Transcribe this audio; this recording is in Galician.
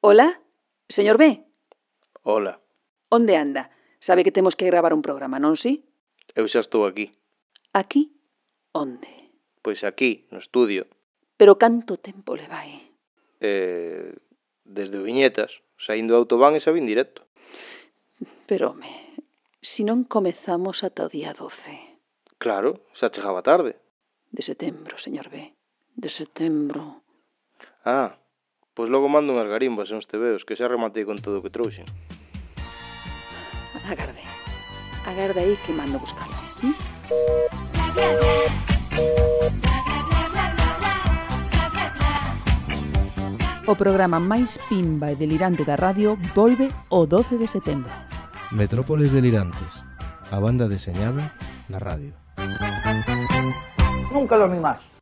Hola? Señor B, Ola, onde anda? Sabe que temos que gravar un programa, non si? eu xa estou aquí. Aquí? Onde? Pois aquí, no estudio, Pero canto tempo le vai? eh, desde Viñetas, saindo do autobán e xa vin directo. Pero, me, si non comezamos ata o día 12 Claro, xa chegaba tarde. de setembro, señor B. De setembro. Ah, pois logo mando unhas garimbas e uns tebeos que xa rematei con todo o que trouxen. Agarde. Agarde aí que mando buscalo. ¿eh? O programa máis pimba e delirante da radio volve o 12 de setembro. Metrópoles Delirantes, a banda deseñada na radio. Nunca dormí más.